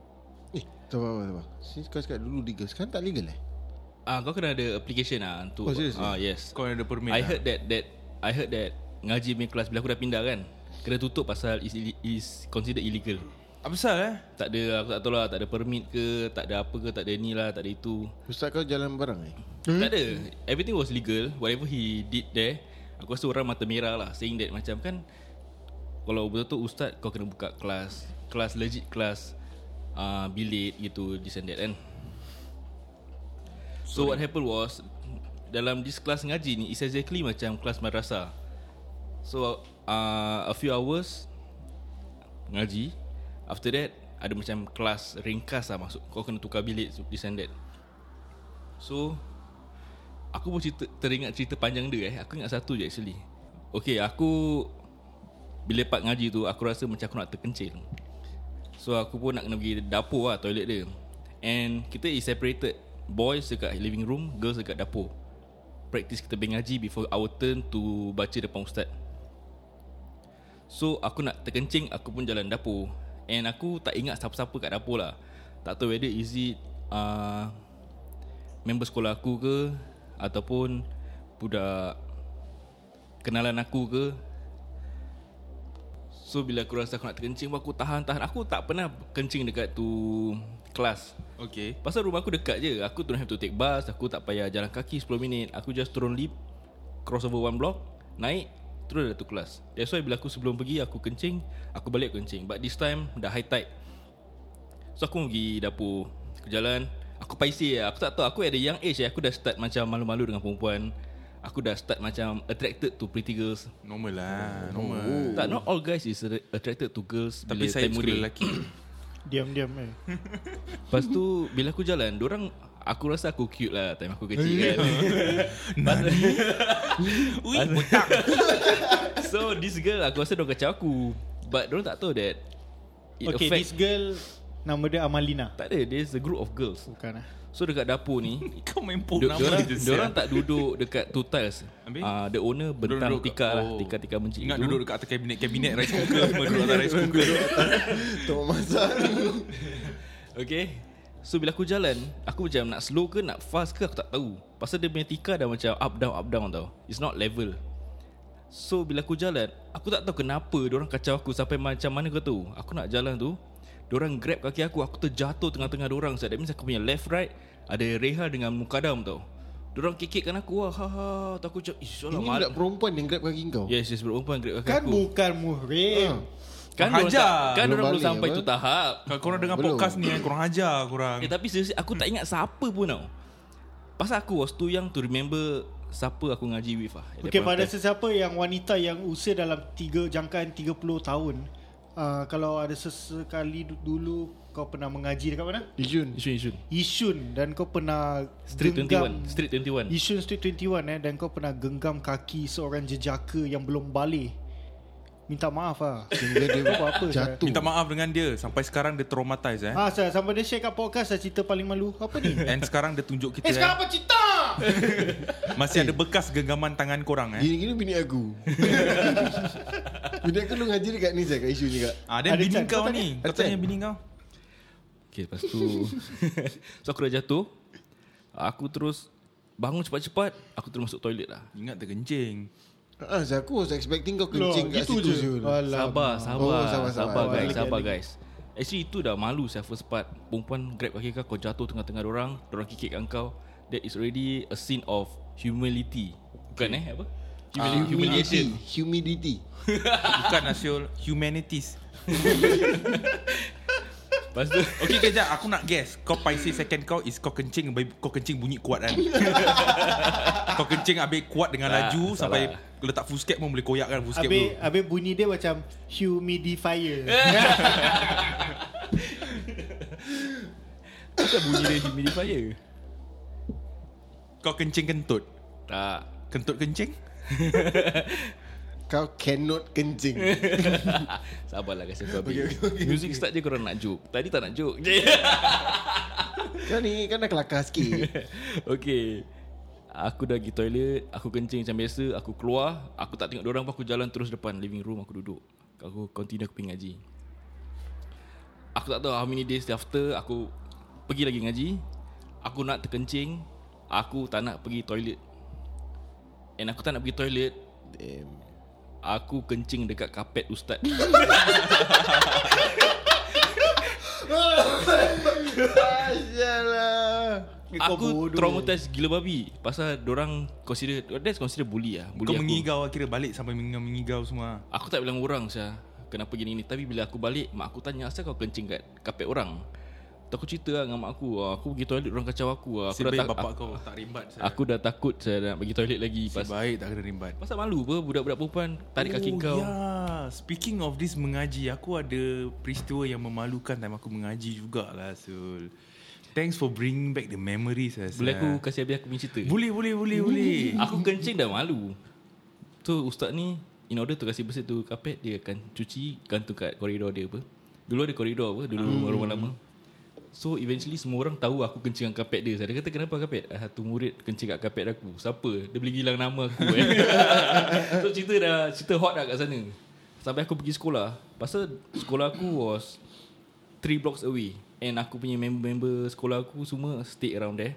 D: Eh, tak apa-apa, tak apa. Since kau cakap dulu legal, sekarang tak legal eh?
C: Ah, Kau kena ada application lah untuk,
D: Oh, seriously?
C: ah, Yes
B: Kau ada permit
C: I
B: lah.
C: heard that that I heard that Ngaji punya kelas Bila aku dah pindah kan Kena tutup pasal Is, is considered illegal
B: Apa pasal eh?
C: Tak ada Aku tak tahu lah Tak ada permit ke Tak ada apa ke Tak ada ni lah Tak ada itu
D: Ustaz kau jalan barang eh?
C: hmm? Tak ada Everything was legal Whatever he did there Aku rasa orang mata merah lah Saying that macam kan Kalau betul-betul ustaz Kau kena buka kelas Kelas legit kelas uh, Bilik gitu This and that kan So what happened was Dalam this kelas ngaji ni It's exactly macam kelas madrasah So uh, A few hours Ngaji After that Ada macam kelas ringkas lah masuk Kau kena tukar bilik so This and that So Aku pun cerita, teringat cerita panjang dia eh Aku ingat satu je actually Okay aku Bila part ngaji tu Aku rasa macam aku nak terkencil So aku pun nak kena pergi dapur lah Toilet dia And kita is separated Boys dekat living room Girls dekat dapur Practice kita pergi ngaji Before our turn to Baca depan ustaz So aku nak terkencing Aku pun jalan dapur And aku tak ingat siapa-siapa kat dapur lah Tak tahu whether is it uh, Member sekolah aku ke Ataupun Budak Kenalan aku ke So bila aku rasa aku nak terkencing pun Aku tahan-tahan Aku tak pernah kencing dekat tu Kelas
B: Okay.
C: Pasal rumah aku dekat je Aku don't have to take bus Aku tak payah jalan kaki 10 minit Aku just turun lift Crossover one block Naik Terus dah tu kelas That's why bila aku sebelum pergi Aku kencing Aku balik aku kencing But this time Dah high tide So aku pergi dapur Aku jalan Aku paisi lah Aku tak tahu Aku at a young age eh, Aku dah start macam Malu-malu dengan perempuan Aku dah start macam Attracted to pretty girls
B: Normal
C: Oh.
B: lah. Normal.
C: Tak not all guys is attracted to girls
B: Tapi
C: bila
B: saya
C: time
B: suka
C: muda.
B: lelaki.
E: Diam-diam eh
C: Lepas tu bila aku jalan, orang aku rasa aku cute lah time aku kecil kan. Pasal-
B: Ui, botak.
C: so this girl aku rasa dia kacau aku. But orang tak tahu that it
E: Okay
C: affects
E: this girl Nama dia Amalina
C: tak ada there's a group of girls.
E: Bukan lah
C: So dekat dapur ni
B: Kau main pop Oh,
C: dia
B: nama
C: orang
B: je,
C: dia orang
B: sial.
C: tak duduk dekat two tiles.
B: Habis?
C: Ah uh, the owner
B: Dorang
C: bentang
B: duduk kat-
C: tika lah,
B: oh.
C: tika-tika mencik
B: Ingat
C: tu.
B: duduk dekat atas kabinet-kabinet rice cooker semua duduk atas rice cooker.
D: Tok masak
C: Okay So bila aku jalan Aku macam nak slow ke Nak fast ke Aku tak tahu Pasal dia punya tika dah macam Up down up down tau It's not level So bila aku jalan Aku tak tahu kenapa Diorang kacau aku Sampai macam mana kau tahu Aku nak jalan tu Diorang grab kaki aku Aku terjatuh tengah-tengah diorang so, That means aku punya left right Ada Reha dengan Mukadam tau Diorang kikikkan aku lah Ha ha Tu aku macam Ish
D: Ini
C: Allah
D: budak perempuan yang grab kaki kau
C: Yes yes perempuan grab kaki
E: Kan
C: aku
E: bukan muhrim
D: Ah.
C: Kan diorang
B: Hajar.
C: tak- Kan diorang belum
D: Belum balik
C: sampai
D: apa?
C: tu tahap
B: Kalau korang dengar
D: Belum.
B: podcast ni, eh, korang hajar korang.
C: Eh tapi seriously aku
E: Hmm.
C: tak ingat siapa pun tau. Pasal aku was too young to remember siapa aku ngaji with lah. at that
E: Okay
C: point of
E: pada
C: time.
E: sesiapa yang wanita yang usia dalam tiga jangkaan 30 tahun uh, Kalau ada sesekali du- dulu kau pernah mengaji dekat mana?
D: Ijun
C: Yishun Yishun.
E: Yishun dan kau pernah
C: Street
E: genggam
C: 21. Street 21.
E: Yishun Street 21 eh dan kau pernah genggam kaki seorang jejaka yang belum balik Minta maaf lah
D: Sehingga dia
E: apa-apa
D: jatuh
B: Minta maaf dengan dia. Sampai sekarang dia traumatized eh.
E: Ah, saya sampai dia share kat podcast dah cerita paling malu. Apa ni?
B: And sekarang dia tunjuk kita eh,
E: eh, sekarang apa cerita?
C: Eh.
B: Masih ada bekas genggaman tangan korang eh.
D: Gini-gini bini aku Bini aku lu ngaji dekat ni saya kat isu juga
B: Ah, dan
E: Ada
B: bini
E: Chan,
B: kau ni.
E: kau
D: tanya.
B: Kau
D: Ada Chan.
B: tanya bini kau.
C: Okay lepas tu so aku dah jatuh. Aku terus bangun cepat-cepat, aku terus masuk toilet lah.
B: Ingat terkencing.
D: Ah, saya aku was expecting kau kencing kat situ je.
E: Ah,
C: Sabar, sabar,
D: Oh,
C: sabar, sabar,
D: sabar, sabar.
C: guys,
E: Lagi,
C: sabar
E: lagi.
C: guys. Actually itu dah malu saya first part. Perempuan grab kaki kau, kau jatuh tengah-tengah orang, orang kikik kat kau. That is already a scene of humility. Bukan eh apa? Humili-
D: Humidity, humidity.
B: Bukan Asyul. Humanities.
C: Lepas tu
B: Okay kejap Aku nak guess Kau paisi second kau Is kau kencing bayi- Kau kencing bunyi kuat kan Kau kencing habis kuat dengan
C: Tak,
B: laju
C: salah.
B: Sampai letak full skate pun boleh koyak kan full skate bro
E: Habis, habis bunyi dia macam humidifier.
C: Kenapa bunyi dia humidifier?
B: Kau kencing kentut
C: Tak.
B: Kentut kencing
D: Kau cannot kencing
C: Sabarlah kasi kau okay, Music start je korang nak joke Tadi tak nak joke je
D: Kau ni kan dah kelakar sikit
C: Okay Aku dah pergi toilet Aku kencing macam biasa Aku keluar Aku tak tengok orang pun Aku jalan terus depan living room Aku duduk Aku continue aku pergi ngaji Aku tak tahu how many days after Aku pergi lagi ngaji Aku nak terkencing Aku tak nak pergi toilet And aku tak nak pergi toilet
D: Damn.
C: Aku kencing dekat kapet ustaz
D: Asyallah
C: Aku traumatized gila babi Pasal orang consider That's consider bully lah bully
B: Kau
C: aku.
B: mengigau Kira balik sampai mengigau, mengigau semua
C: Aku tak bilang orang saya Kenapa gini ni Tapi bila aku balik Mak aku tanya Asal kau kencing kat kapet orang Tu aku cerita lah dengan mak aku "Ah, Aku pergi toilet orang kacau aku ah. Aku
B: Nasib baik
C: tak-
B: bapak
C: aku,
B: kau tak rimbat saya.
C: aku dah takut saya nak pergi toilet lagi
B: Nasib
C: pas,
B: baik tak kena rimbat
C: Pasal malu apa Budak-budak perempuan Tarik kaki kau
B: ya. Speaking of this mengaji Aku ada peristiwa yang memalukan Time aku mengaji jugalah Sul Thanks for bringing back the memories Azhar.
C: Boleh aku kasih habis aku punya cerita
B: Boleh boleh boleh boleh
C: Aku kencing dah malu Tu ustaz ni In order tu kasih bersih tu kapet Dia akan cuci Gantung kat koridor dia apa Dulu ada koridor apa Dulu rumah-rumah lama So eventually semua orang tahu aku kencing kat kapet dia Saya kata kenapa kapet? Ah, satu murid kencing kat kapet aku Siapa? Dia boleh hilang nama aku eh. so cerita dah Cerita hot dah kat sana Sampai aku pergi sekolah Pasal sekolah aku was Three blocks away And aku punya member-member sekolah aku Semua stay around there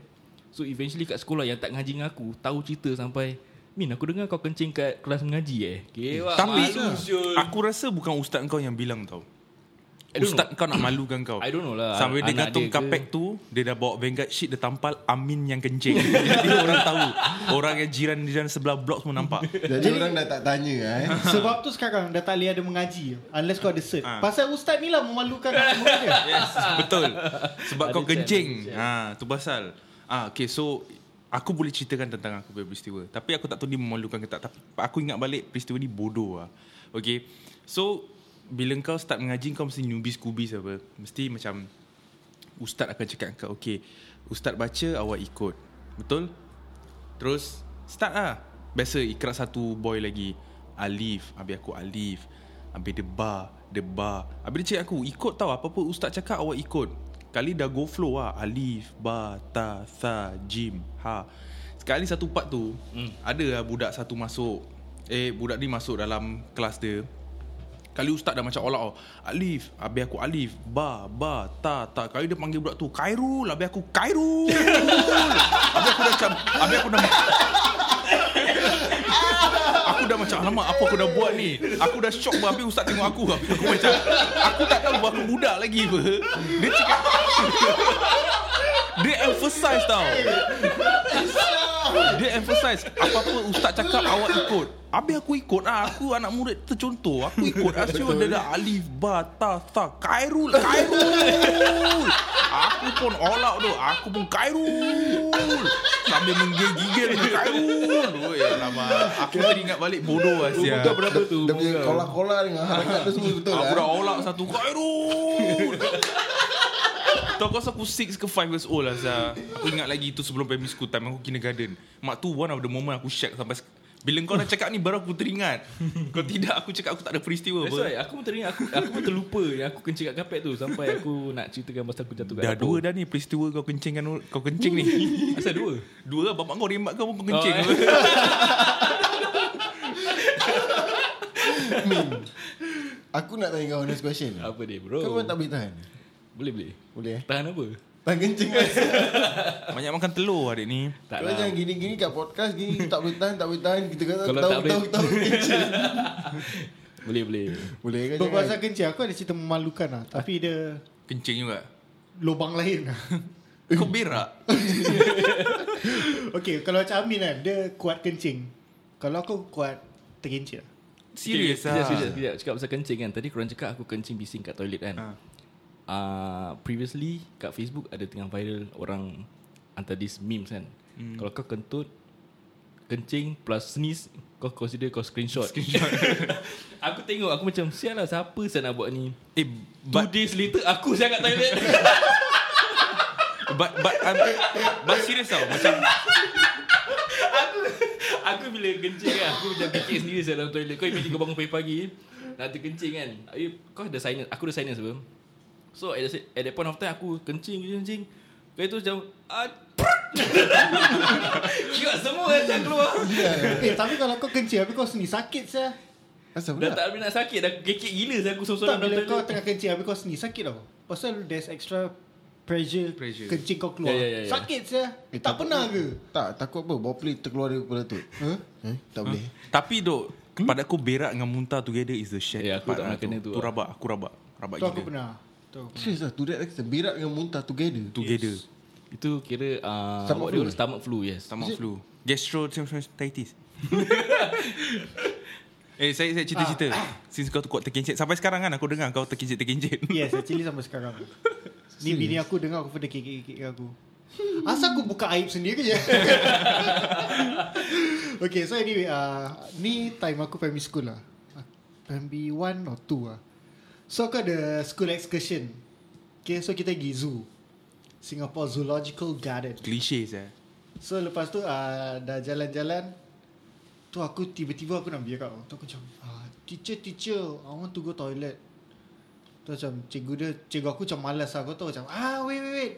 C: So eventually kat sekolah yang tak ngaji dengan aku Tahu cerita sampai Min aku dengar kau kencing kat kelas mengaji eh Kewak
B: Tapi
C: malu Syul.
B: Aku rasa bukan ustaz kau yang bilang tau
C: I don't
B: Ustaz kau nak malukan kau
C: I don't know lah,
B: Sampai dia
C: anak
B: gantung
C: dia ke.
B: kapek tu Dia dah bawa vanguard sheet Dia tampal Amin yang kencing Jadi orang tahu Orang yang jiran-jiran sebelah blok semua nampak
D: Jadi orang dah tak tanya lah, eh.
E: Sebab tu sekarang dah tak boleh ada mengaji Unless kau ada cert Pasal ustaz ni lah memalukan nama dia
B: Yes, betul. Sebab
C: Ada
B: kau
C: check, ada
B: kencing. Ha, tu pasal. Ah, okay, so aku boleh ceritakan tentang aku punya peristiwa. Tapi aku tak tahu dia memalukan ke tak. Tapi aku ingat balik peristiwa ni bodoh lah. Okay. So, bila kau start mengaji kau mesti newbies-kubis apa. Mesti macam ustaz akan cakap dengan kau, okay, ustaz baca, awak ikut. Betul? Terus start lah. Biasa ikrar satu boy lagi. Alif. Habis aku Alif. Habis debar. Debar. Habis dia cakap aku, ikut tau apa-apa ustaz cakap awak ikut. Kali dah go flow lah. Alif, ba, ta, tha, jim, ha. Sekali satu part tu, hmm. ada lah budak satu masuk. Eh, budak ni masuk dalam kelas dia. Kali ustaz dah macam all out Alif Habis aku Alif Ba Ba Ta Ta Kali dia panggil budak tu Khairul Habis aku Khairul Habis aku dah macam Habis aku dah macam Aku dah macam Alamak apa aku dah buat ni Aku dah shock pun Habis ustaz tengok aku Habis aku macam Aku tak tahu aku budak lagi apa Dia cakap Dia emphasize tau Dia emphasize Apa-apa ustaz cakap awak ikut Habis aku ikut lah Aku anak murid tercontoh Aku ikut lah Siapa dia dah Alif Ba Ta Tha Khairul Khairul Aku pun all out tu Aku pun Khairul Sambil menggigil-gigil Khairul Weh alamak Aku teringat balik bodoh lah siap
C: Kau berapa tu? Ah,
D: Dia punya kolak-kolak dengan harakat tu semua betul lah
B: Aku dah all out satu Khairul Tahu kau rasa aku 6 ke 5 years old lah Zah. Aku ingat lagi itu sebelum primary school time Aku kindergarten Mak tu one of the moment aku shag sampai sek- Bila kau dah cakap ni baru aku teringat Kalau tidak aku cakap aku tak ada peristiwa
C: That's
B: apa
C: why aku pun teringat aku, aku pun terlupa yang aku kencing kat kapet tu sampai aku nak ceritakan pasal aku jatuh kat
B: Dah dua dah ni peristiwa kau kencing kan Kau kencing ni
C: Asal dua.
B: Dua lah bapak kau rembat kau pun kau kencing
C: Oh,
D: Aku nak tanya kau honest question
C: Apa dia bro?
D: Kau memang tak boleh tahan
C: Boleh boleh.
D: Boleh eh
C: Tahan apa?
D: Tahan kencing kan
B: Banyak makan telur adik ni
C: Tak
D: Kau
C: lah.
D: jangan gini-gini kat podcast Gini tak boleh tahan Tak boleh tahan Kita kata
C: Kalau
D: tahu,
C: tak boleh-
D: tahu, tahu, kencing
C: Boleh boleh.
D: Boleh kan
E: Berpasal kencing Aku ada cerita memalukan lah Tapi dia
B: Kencing juga
E: Lubang lain lah
B: Kau berak
E: Okay kalau macam Amin kan Dia kuat kencing Kalau aku kuat Terkencing lah
B: Serius
C: Sekejap,
B: lah
C: sekejap, sekejap. Cakap pasal kencing kan. Tadi korang cakap aku kencing bising kat toilet kan.
B: Ha.
C: Ah, previously kat Facebook ada tengah viral orang hantar this memes kan. Kalau kau kentut kencing plus sneeze kau consider kau screenshot. screenshot. aku tengok aku macam sial lah siapa saya nak buat ni.
B: Eh but
C: But, Two days later aku saya kat toilet.
B: But But, um, but serious tau Macam
C: aku bila bila kencing kan Aku macam fikir sendiri saya dalam toilet Kau imagine kau bangun pagi-pagi Nak terkencing kan Eh, Kau ada sinus Aku ada sinus apa So at, the- at that point of time Aku kencing kencing Kau itu macam ah, Kira semua macam keluar
E: Eh tapi kalau kau kencing Habis kau sendiri sakit saya
D: Asal
C: Dah
D: pula?
C: tak boleh nak sakit Dah kekek gila saya aku
E: Tak
C: sorang-sorang
E: bila
C: dalam
E: kau
C: toilet
E: tengah kencing Habis kau sendiri sakit tau Pasal there's extra Pressure,
B: Pressure.
E: Kencing kau keluar
C: Ya, ya, ya, ya.
E: Sakit saya
D: Eh,
E: Tak pernah ke
D: Tak, takut apa? Bawa pelik terkeluar dari kepala tu. Huh? Eh, tak boleh.
B: Tapi dok Pada aku berak dengan muntah together is the shit
C: Ya, aku
B: part
C: tak
B: lah
C: nak kena tu
B: Tu
C: lah.
B: rabak Aku rabak Rabak
E: Tu aku
B: gila
E: pernah Tu aku-
D: Serius lah, to that extent. Berak dengan muntah together.
B: Together
C: Itu kira uh,
D: Stomach
C: Stomach flu
D: flu, eh?
C: Stomach flu yes
B: Stomach flu Gastroenteritis Eh saya saya cerita-cerita
E: Ah.
B: Since kau kuat terkencit Sampai sekarang kan aku dengar kau terkencit-terkencit
E: Yes actually sampai sekarang Ni bini aku dengar aku pada kekik-kekik aku Asal aku buka aib sendiri je Okay so anyway uh, Ni time aku primary school lah Primary 1 or 2 lah So aku ada school excursion Okay so kita pergi zoo Singapore Zoological Garden
B: Cliche saya
E: So lepas tu uh, dah jalan-jalan Tu aku tiba-tiba aku nak berak Tu aku macam ah, Teacher, teacher I want to go toilet Tu macam cikgu dia Cikgu aku macam malas lah Kau tahu macam Ah wait wait wait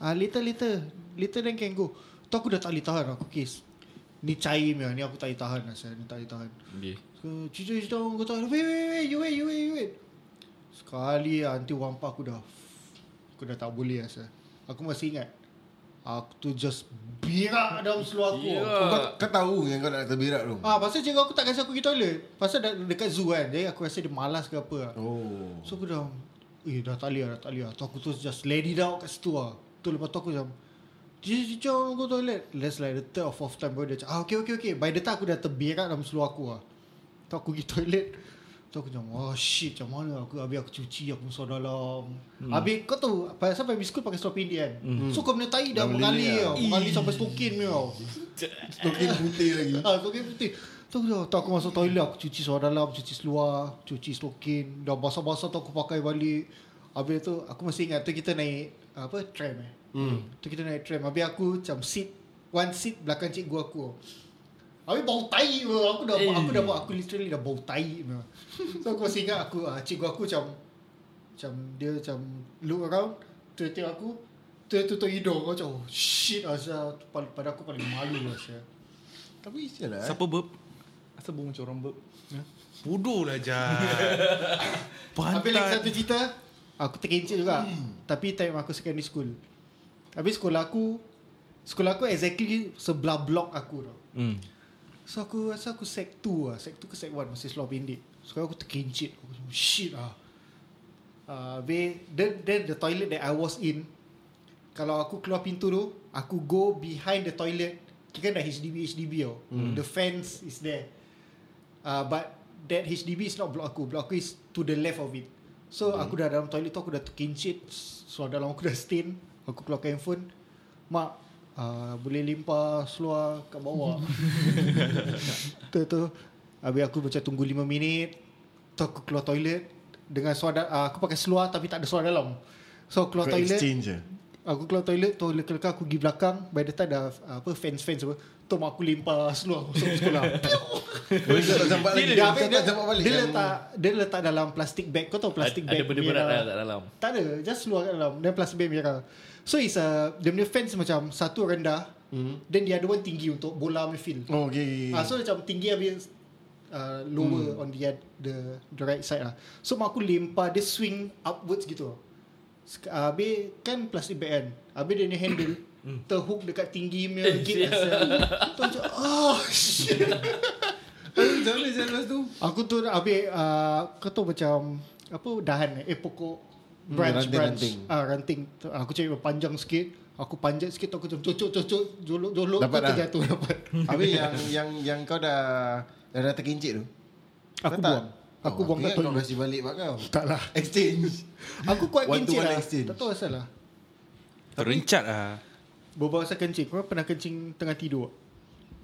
E: ah, Later later Later then can go Tu aku dah tak boleh tahan Aku kes Ni cair punya Ni aku tak boleh tahan lah saya. Ni tak boleh tahan
C: okay.
E: So teacher is down Kau tahu Wait wait wait You wait you wait you wait Sekali lah Nanti wampa aku dah Aku dah tak boleh lah saya. Aku masih ingat Aku tu just Birak dalam seluar aku
C: Yeah.
D: Kau, kau tahu yang kau nak terberak tu?
E: Ah, pasal cikgu aku tak kasi aku pergi toilet. Pasal dah dekat zoo kan. Jadi aku rasa dia malas ke apa. lah.
D: Oh.
E: So aku dah Eh dah tak boleh lah, dah tak boleh lah. Tu aku terus just let it out kat situ lah. Tu lepas tu aku macam Teacher, teacher, I want go toilet. Let's like the third or fourth time baru dia macam, ah okay, okay, okay. By the time aku dah terberak dalam seluar aku lah. Tu aku pergi toilet. Tu aku macam, oh shit, macam mana aku, habis aku cuci, aku masuk dalam. Habis kau tahu, pasal primary school pakai seluar pendek kan. So kau punya tai dah mengalir tau. Mengalir sampai stokin ni tau.
D: Tokin putih lagi.
E: Ah, stokin putih. Tu aku dah, tu aku masuk toilet, aku cuci seluar dalam, cuci seluar, cuci stokin. Dah basah-basah tu aku pakai balik. Habis tu, aku masih ingat tu kita naik, apa, tram eh. Hmm. Tu kita naik tram. Habis aku macam seat, one seat belakang cikgu aku. Habis bau tai bro. Aku
D: Eh.
E: dah aku dah bau aku literally dah bau tai bro. So aku masih ingat aku ah, cikgu aku macam macam dia macam look around tengok aku dia tutup hidung aku macam oh, shit Azhar Pal- pada aku paling malu lah, Azhar
D: Tapi sial lah. eh.
B: Siapa burp? Asal bau macam orang burp? Bodoh lah Jai
E: Habis lagi satu
B: Pantat
E: cerita Aku terkencit juga hmm. Tapi time aku secondary school Habis sekolah aku Sekolah aku exactly Sebelah blok aku tau
C: hmm.
E: So aku rasa aku sec 2 lah Sec 2 ke sec 1 Masih seluar pendek So aku terkencit Aku macam shit lah uh, Habis then, then the toilet that I was in Kalau aku keluar pintu tu Aku go behind the toilet Kita kan dah HDB-HDB tau The fence is there uh, But that HDB is not block aku Block aku is to the left of it So aku dah dalam toilet tu Aku dah terkincit So dalam aku dah stain Aku keluarkan handphone Mak uh, Boleh limpah seluar kat bawah Tu tu Habis aku macam tunggu 5 minit Tu aku keluar toilet Dengan seluar da- uh, Aku pakai seluar Tapi tak ada seluar dalam So aku keluar
D: Kau
E: toilet
D: exchange je.
E: Aku keluar toilet Tu lekar-lekar aku pergi belakang By the time dah uh, Apa fans-fans apa Tu mak aku limpah seluar Masuk sekolah
D: Kau tak sempat
C: Eh,
D: lagi.
E: dia,
D: Kau
E: dia,
D: tak
E: dia,
D: sempat balik.
E: dia
D: kan?
E: letak Dia letak dalam plastik bag Kau tahu plastik
C: Ada
E: bag
C: benda berat
E: merah?
C: lah kat dalam
E: Tak ada Just luar kat dalam Then plastik bag merah So it's a Dia punya fence macam Satu rendah
C: Hmm.
E: mm. Then the other one tinggi Untuk bola punya field
D: Oh, okay. okay.
E: Ah, so macam tinggi habis uh, lower
D: Hmm.
E: on the the the right side lah. So mak aku lempar dia swing upwards gitu. Sek- ah, Habis kan plastic bag kan. Habis dia ni handle
D: Hmm.
E: terhook dekat tinggi punya
C: Eh,
E: gate lah, sial. Tu macam oh shit.
D: Macam mana sial lepas tu?
E: Aku tu habis uh, kau tahu macam apa dahan eh, eh pokok
D: Hmm,
E: branch
D: ranting,
E: branch.
D: ranting.
E: Ah ranting. Tu, Aku cari panjang sikit. Aku panjat sikit tu aku macam cocok cocok jolok jolok
D: Dapat
E: tu
D: dah.
E: terjatuh dapat.
D: Habis yang yang yang kau dah dah, dah terkincit tu.
E: Aku
D: Kau tak-
E: buang. Aku
D: Oh,
E: buang kat
D: ingat Kau
E: toilet.
D: kasi balik mak kau.
E: Tak lah.
D: Exchange.
E: Aku kuat
D: One to
E: kencing
D: one
E: lah
D: exchange.
E: Tak tahu asal lah
B: Terencat lah
E: Berbual pasal kencing Korang pernah kencing tengah tidur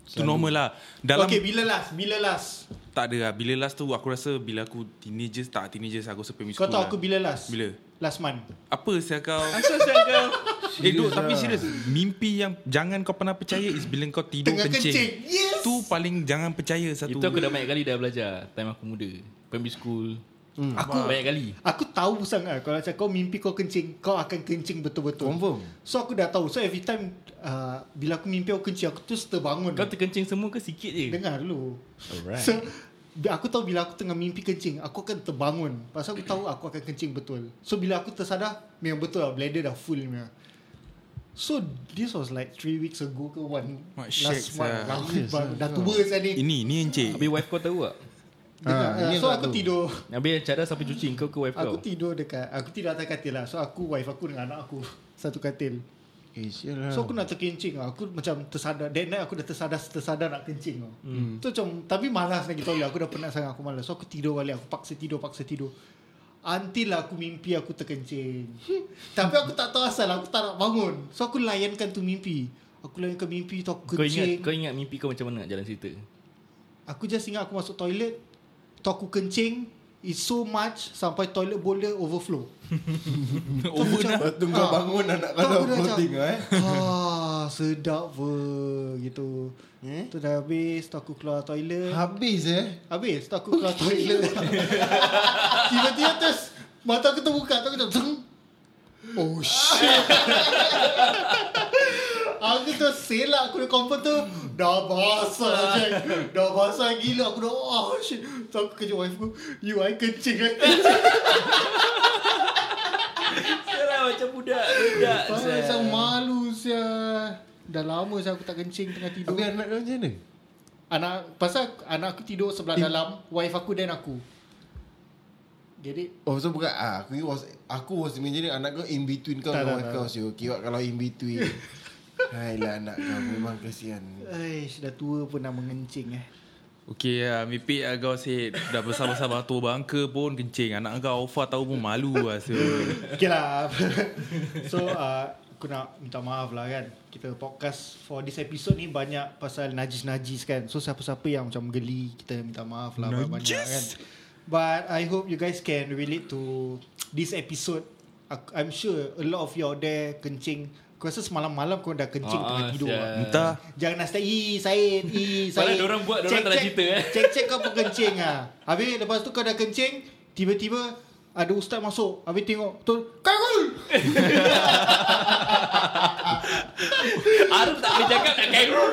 B: Itu normal lah Dalam
E: Okay bila last Bila last
B: Tak ada lah. Bila last tu aku rasa bila aku teenagers, tak teenagers aku rasa primary
E: Kau
B: school
E: tahu
B: lah.
E: aku bila last?
B: Bila?
E: Last month.
B: Apa saya kau?
F: Asal saya kau
B: eh, duk, tapi serius. Mimpi yang jangan kau pernah percaya is bila kau tidur
E: Tengah
B: kencing.
E: kencing. Yes!
B: Tu paling jangan percaya satu.
C: Itu aku dah banyak kali dah belajar Time aku muda Primary school hmm. Aku banyak kali
E: Aku tahu sangat Kalau macam kau mimpi kau kencing Kau akan kencing betul-betul
D: Confirm.
E: So aku dah tahu So every time uh, Bila aku mimpi aku kencing Aku terus terbangun
C: Kau terkencing semua ke sikit je
E: Dengar dulu
C: Alright.
E: So bi- Aku tahu bila aku tengah mimpi kencing Aku akan terbangun Pasal aku tahu aku akan kencing betul So bila aku tersadar Memang betul lah Bladder dah full memang So this was like 3 weeks ago ke one
B: Mak
E: Last
B: shakes
E: month
B: lah.
E: Lama baru- Dah tua saya ni
B: Ini, ni encik.
C: Habis wife kau tahu tak?
E: Dengar,
D: Ah,
E: ah,
D: ini
E: So
D: tak
E: aku
D: tahu.
E: tidur
C: Habis cara sampai cuci kau ke wife
E: Aku
C: kau?
E: tidur dekat Aku tidur atas katil lah So aku wife aku dengan anak aku Satu katil
D: Eh, sial lah.
E: So aku nak terkencing lah. Aku macam tersadar That night aku dah tersadar-tersadar nak kencing tau hmm. So macam Tapi malas lagi tau Aku dah penat sangat Aku malas So aku tidur balik Aku paksa tidur Paksa tidur Until lah aku mimpi aku terkencing Tapi aku tak tahu asal Aku tak nak bangun So aku layankan tu mimpi Aku layankan mimpi tu Aku
C: Kau ingat
E: kencing
C: kau ingat mimpi kau macam mana nak jalan cerita?
E: Aku just ingat aku masuk toilet Tu aku kencing It's so much Sampai toilet bola overflow
B: Over dah.
D: Lepas tu kau
E: Ah.
D: bangun anak kau
E: Tak,
D: dah
E: aku dah
D: floating
E: macam,
D: lah, eh.
E: Ah, sedap apa gitu. Eh? Tu dah habis, tu aku keluar toilet. Ha?
D: Habis eh.
E: Habis, tu aku keluar toilet. Tiba-tiba terus mata aku terbuka, tu aku macam zeng. Oh shit. aku tu selak aku dah confirm tu dah basah Jack. Dah basah gila aku dah oh shit. Tu aku kejut wife aku, you I kencing. I kencing."
F: Yalah macam budak Budak
E: Pasal macam malu sia. Dah lama saya aku tak kencing tengah tidur.
D: Habis anak kau macam mana?
E: Anak pasal aku- anak aku tidur sebelah dalam, wife aku dan aku. Get it?
D: Oh so bukan ah, Aku was Aku was imagining Anak kau in between kau
E: Tak,
D: Dengan
E: tak,
D: wife
E: tak.
D: kau Siu Kiwak kalau in between Hailah anak kau Memang kasihan
E: Aish, dah tua pun nak mengencing eh.
B: Okay lah. Mimpi lah kau asyik. Dah besar-besar batu bangka pun kencing. Anak kau Alfa tahu pun malu lah. So.
E: Okay lah. so, uh, aku nak minta maaf lah kan. Kita podcast for this episode ni banyak pasal najis-najis kan. So, siapa-siapa yang macam geli, kita minta maaf lah banyak-banyak kan. But I hope you guys can relate to this episode. Aku- I'm sure a lot of you out there kencing. Kau rasa semalam-malam kau dah kencing
C: Ah,
E: tengah tidur.
C: sia.
E: ah.
B: Entah.
E: Jangan nak stay I Said I Said
C: Padahal dorang buat, dorang tak nak cerita, eh.
E: Check check kau pengencing ah. Habis lepas tu kau dah kencing Tiba-tiba Ada ustaz masuk Habis tengok Kan? tu Kagul
C: Arif tak boleh cakap nak kairun.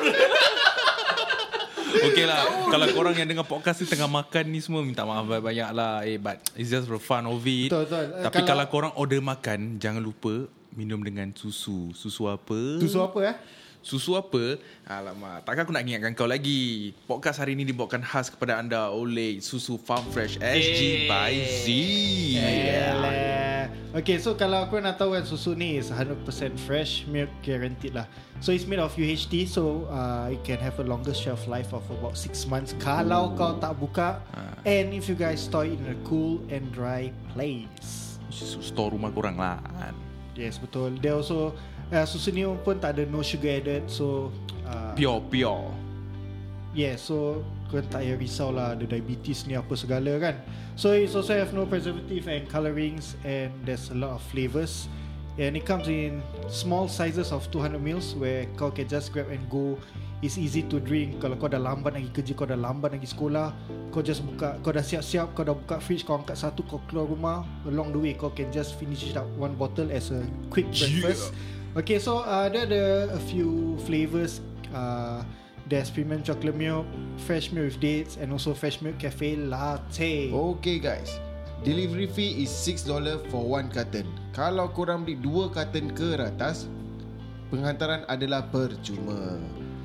B: Okay lah Kalau korang yang dengar podcast ni Tengah makan ni semua Minta maaf banyak-banyak lah Eh but It's just for fun of it
E: Betul, betul. Eh,
B: Tapi kalau,
E: kalau-
B: korang order makan Jangan lupa Minum dengan susu Susu apa?
E: Tu so apa eh
B: Susu apa? Alamak, takkan aku nak ingatkan kau lagi. Podcast hari ini dibawakan khas kepada anda oleh Susu Farm Fresh SG by Z.
E: Yelah. Okay, so kalau aku nak tahu kan susu ni is 100% fresh milk guaranteed lah. So it's made of UHT so uh, it can have a longer shelf life of about 6 months kalau kau tak buka
C: Ah.
E: and if you guys store it in a cool and dry place.
B: Susu store rumah korang lah. kan.
E: Yes betul Dia also uh, Susu ni pun tak ada no sugar added So uh,
B: Pure, pure.
E: Yeah so Kau tak payah risau lah Ada diabetes ni apa segala kan So it also have no preservative and colorings And there's a lot of flavours And it comes in small sizes of 200 mils Where kau can just grab and go It's easy to drink Kalau kau dah lambat lagi kerja Kau dah lambat lagi sekolah Kau just buka Kau dah siap-siap Kau dah buka fridge Kau angkat satu Kau keluar rumah Along the way Kau can just finish it up One bottle as a quick breakfast Okay so uh, There ada a few flavours uh, There's premium chocolate milk Fresh milk with dates And also fresh milk cafe latte
D: Okay guys Delivery fee is $6 for one carton Kalau korang beli dua carton ke atas Penghantaran adalah percuma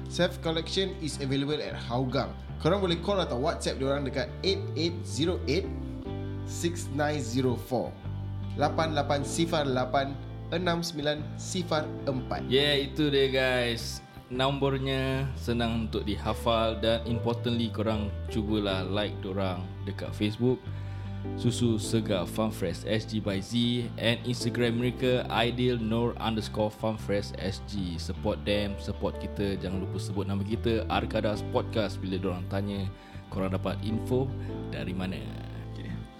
D: Self collection is available at Hougang Korang boleh call atau whatsapp diorang dekat 8808 6904 88 sifar 8 69 sifar
C: Yeah,
D: 4
C: Ya, itu dia guys. Nombornya senang untuk dihafal dan importantly korang cubalah like dorang dekat Facebook Susu Segar Farm Fresh SG by Z and Instagram mereka ideal nor underscore farm fresh SG support them support kita jangan lupa sebut nama kita Arkadas Podcast bila dorang tanya Korang dapat info dari mana?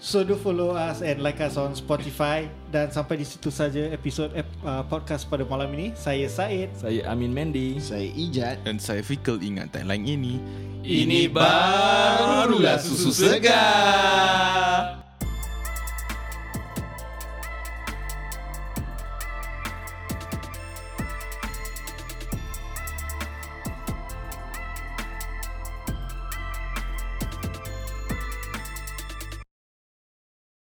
E: So do follow us and like us on Spotify Dan sampai di situ saja episod ep, uh, podcast pada malam ini Saya Said
C: Saya Amin Mendy.
D: Saya Ijat
B: Dan saya fikir ingat timeline ini
D: Barulah susu segar